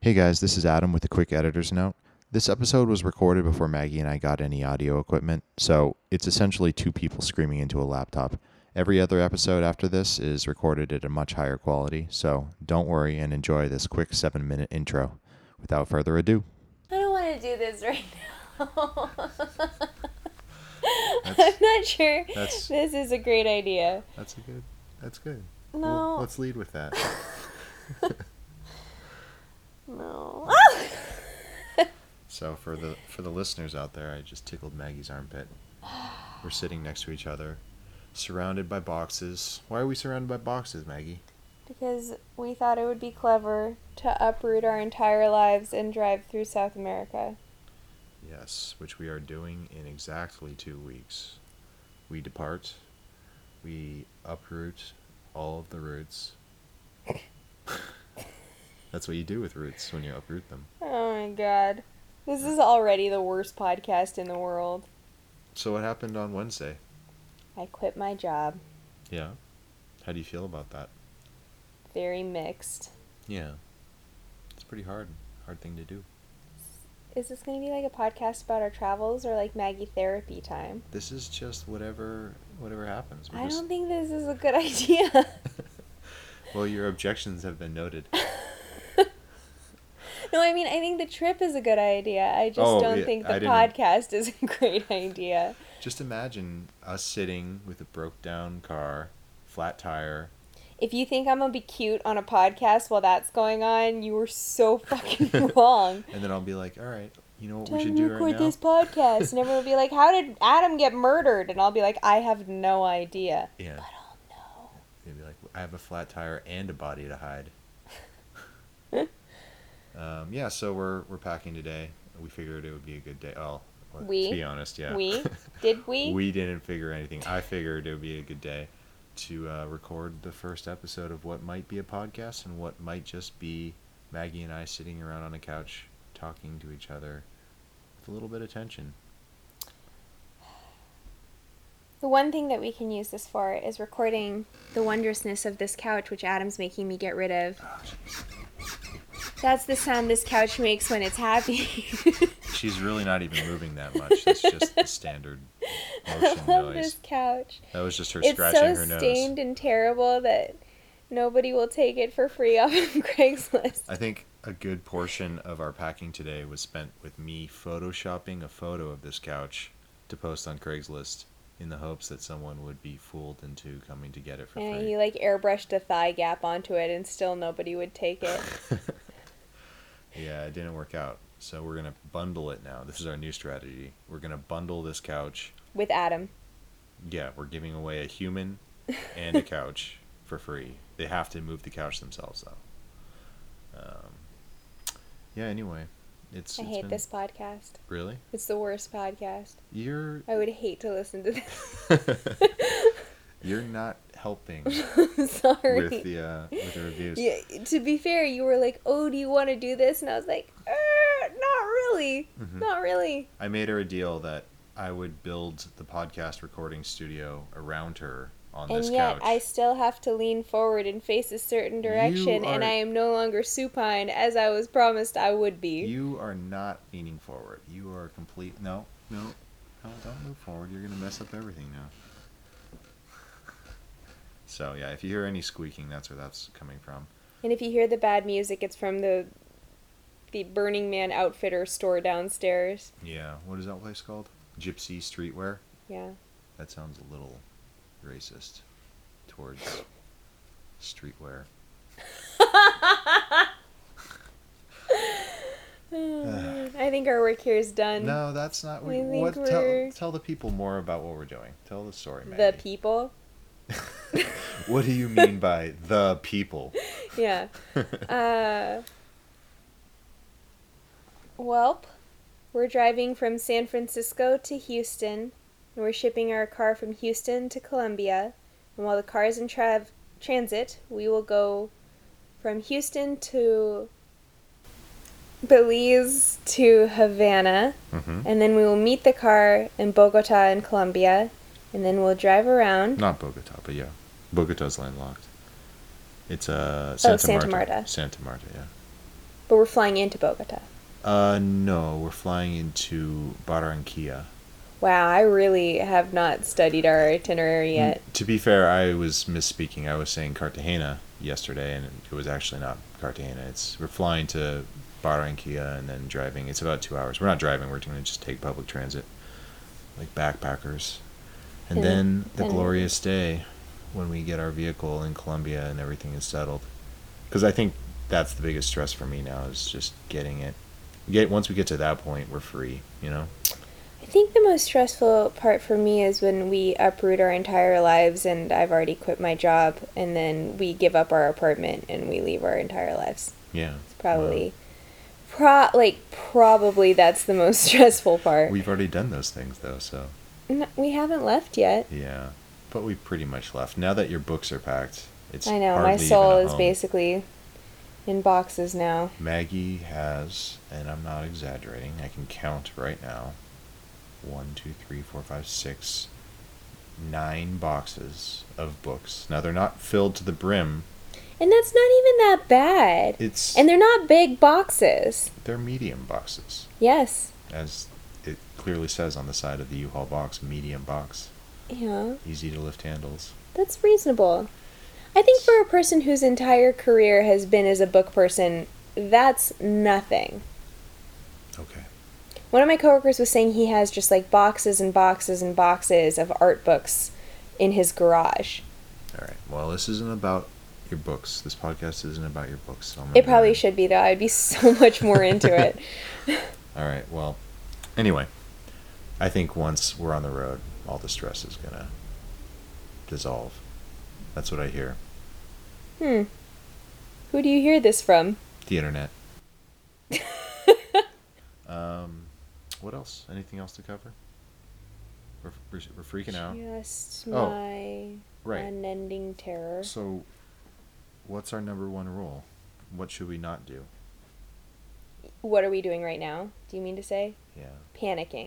Hey guys, this is Adam with a quick editor's note. This episode was recorded before Maggie and I got any audio equipment, so it's essentially two people screaming into a laptop. Every other episode after this is recorded at a much higher quality, so don't worry and enjoy this quick seven minute intro. Without further ado, I don't want to do this right now. I'm not sure that's- this is a great idea. that's a good. That's good. No. let's lead with that. No. So for the for the listeners out there, I just tickled Maggie's armpit. We're sitting next to each other, surrounded by boxes. Why are we surrounded by boxes, Maggie? because we thought it would be clever to uproot our entire lives and drive through South America. Yes, which we are doing in exactly two weeks. We depart. We uproot all of the roots. That's what you do with roots when you uproot them. Oh my god. This is already the worst podcast in the world. So what happened on Wednesday? I quit my job. Yeah. How do you feel about that? Very mixed. Yeah. It's pretty hard. Hard thing to do. Is this going to be like a podcast about our travels or like Maggie therapy time? This is just whatever whatever happens. We're I just- don't think this is a good idea. well, your objections have been noted. No, I mean, I think the trip is a good idea. I just Oh, don't yeah, think I the didn't- podcast is a great idea. Just imagine us sitting with a broke down car, flat tire. If you think I'm gonna be cute on a podcast while that's going on, you were so fucking wrong. And then I'll be like, all right, you know what we Time should to do record right now? this podcast, and everyone will be like, "How did Adam get murdered?" And I'll be like, "I have no idea." Yeah. They'd be like, I have a flat tire and a body to hide. um, yeah, so we're we're packing today. We figured it would be a good day. Oh, well, We? to be honest, yeah. We did we? we didn't figure anything. I figured it would be a good day to uh, record the first episode of what might be a podcast and what might just be Maggie and I sitting around on a couch talking to each other with a little bit of tension. The one thing that we can use this for is recording the wondrousness of this couch, which Adam's making me get rid of. That's the sound this couch makes when it's happy. She's really not even moving that much. That's just the standard motion I noise. love this couch. That was just her It's scratching so her nose. stained and terrible that nobody will take it for free off of Craigslist. I think a good portion of our packing today was spent with me photoshopping a photo of this couch to post on Craigslist in the hopes that someone would be fooled into coming to get it for And free. he like airbrushed a thigh gap onto it, and still nobody would take it. Yeah, it didn't work out. So we're going to bundle it now. This is our new strategy. We're going to bundle this couch. With Adam, Yeah, we're giving away a human and a couch for free. They have to move the couch themselves though. Um, yeah, anyway, it's I it's hate been- this podcast. Really? It's the worst podcast. You're I would hate to listen to this. You're not helping I'm Sorry. with the uh, with the reviews. yeah, to be fair, you were like, "Oh, do you want to do this?" And I was like, "Er, "Not really, Mm-hmm. not really." I made her a deal that I would build the podcast recording studio around her on And this yet, couch. I still have to lean forward and face a certain direction, and are- I am no longer supine as I was promised I would be. You are not leaning forward. You are complete. No, no, no! Don't move forward. You're gonna mess up everything now. So yeah, if you hear any squeaking, that's where that's coming from. And if you hear the bad music, it's from the the Burning Man outfitter store downstairs. Yeah. What is that place called? Gypsy Streetwear. Yeah. That sounds a little racist towards streetwear. I think our work here is done. No, that's not. We, I think what? Tell, we're- tell the people more about what we're doing. Tell the story, Maggie. the people. what do you mean by the people? Yeah. uh, welp, we're driving from San Francisco to Houston, and we're shipping our car from Houston to Columbia. And while the car is in tra- transit, we will go from Houston to Belize to Havana, Mhm. and then we will meet the car in Bogota and Colombia, and then we'll drive around. Not Bogota, but yeah, Bogota's landlocked. It's uh Santa, Oh, Santa Marta. Marta. Santa Marta, yeah. But we're flying into Bogota. Uh, no, we're flying into Barranquilla. Wow, I really have not studied our itinerary yet. To be fair, I was misspeaking. I was saying Cartagena yesterday, and it was actually not Cartagena. It's we're flying to Barranquilla and then driving. It's about two hours. We're not driving. We're going to just take public transit, like backpackers, and, And- then the and- glorious day when we get our vehicle in Colombia and everything is settled. Because I think that's the biggest stress for me now is just getting it. Get once we get to that point, we're free. You know. I think the most stressful part for me is when we uproot our entire lives and I've already quit my job and then we give up our apartment and we leave our entire lives. Yeah. It's well, probably pro like probably that's the most stressful part. We've already done those things though, so. N- we haven't left yet. Yeah, but we pretty much left. Now that your books are packed, it's I know my hardly soul even a is home. basically in boxes now. Maggie has, and I'm not exaggerating. I can count right now. One, two, three, four, five, six, nine boxes of books. Now they're not filled to the brim. And that's not even that bad. It's And they're not big boxes. they're medium boxes, Yes. as it clearly says on the side of the U-Haul box. Medium box, Yeah. easy to lift handles. That's reasonable. I think for a person whose entire career has been as a book person, that's nothing. Okay. One of my coworkers was saying he has just like boxes and boxes and boxes of art books in his garage. All right. Well, this isn't about your books. This podcast isn't about your books. So I'm It gonna- probably should be though. I'd be so much more into it. All right. Well, anyway, I think once we're on the road, all the stress is gonna dissolve. That's what I hear. Hmm. Who do you hear this from? The internet. um, what else? Anything else to cover? We're, we're, we're freaking out. Just Oh, my Right. unending terror. So, what's our number one rule? What should we not do? What are we doing right now? Do you mean to say? Yeah. Panicking.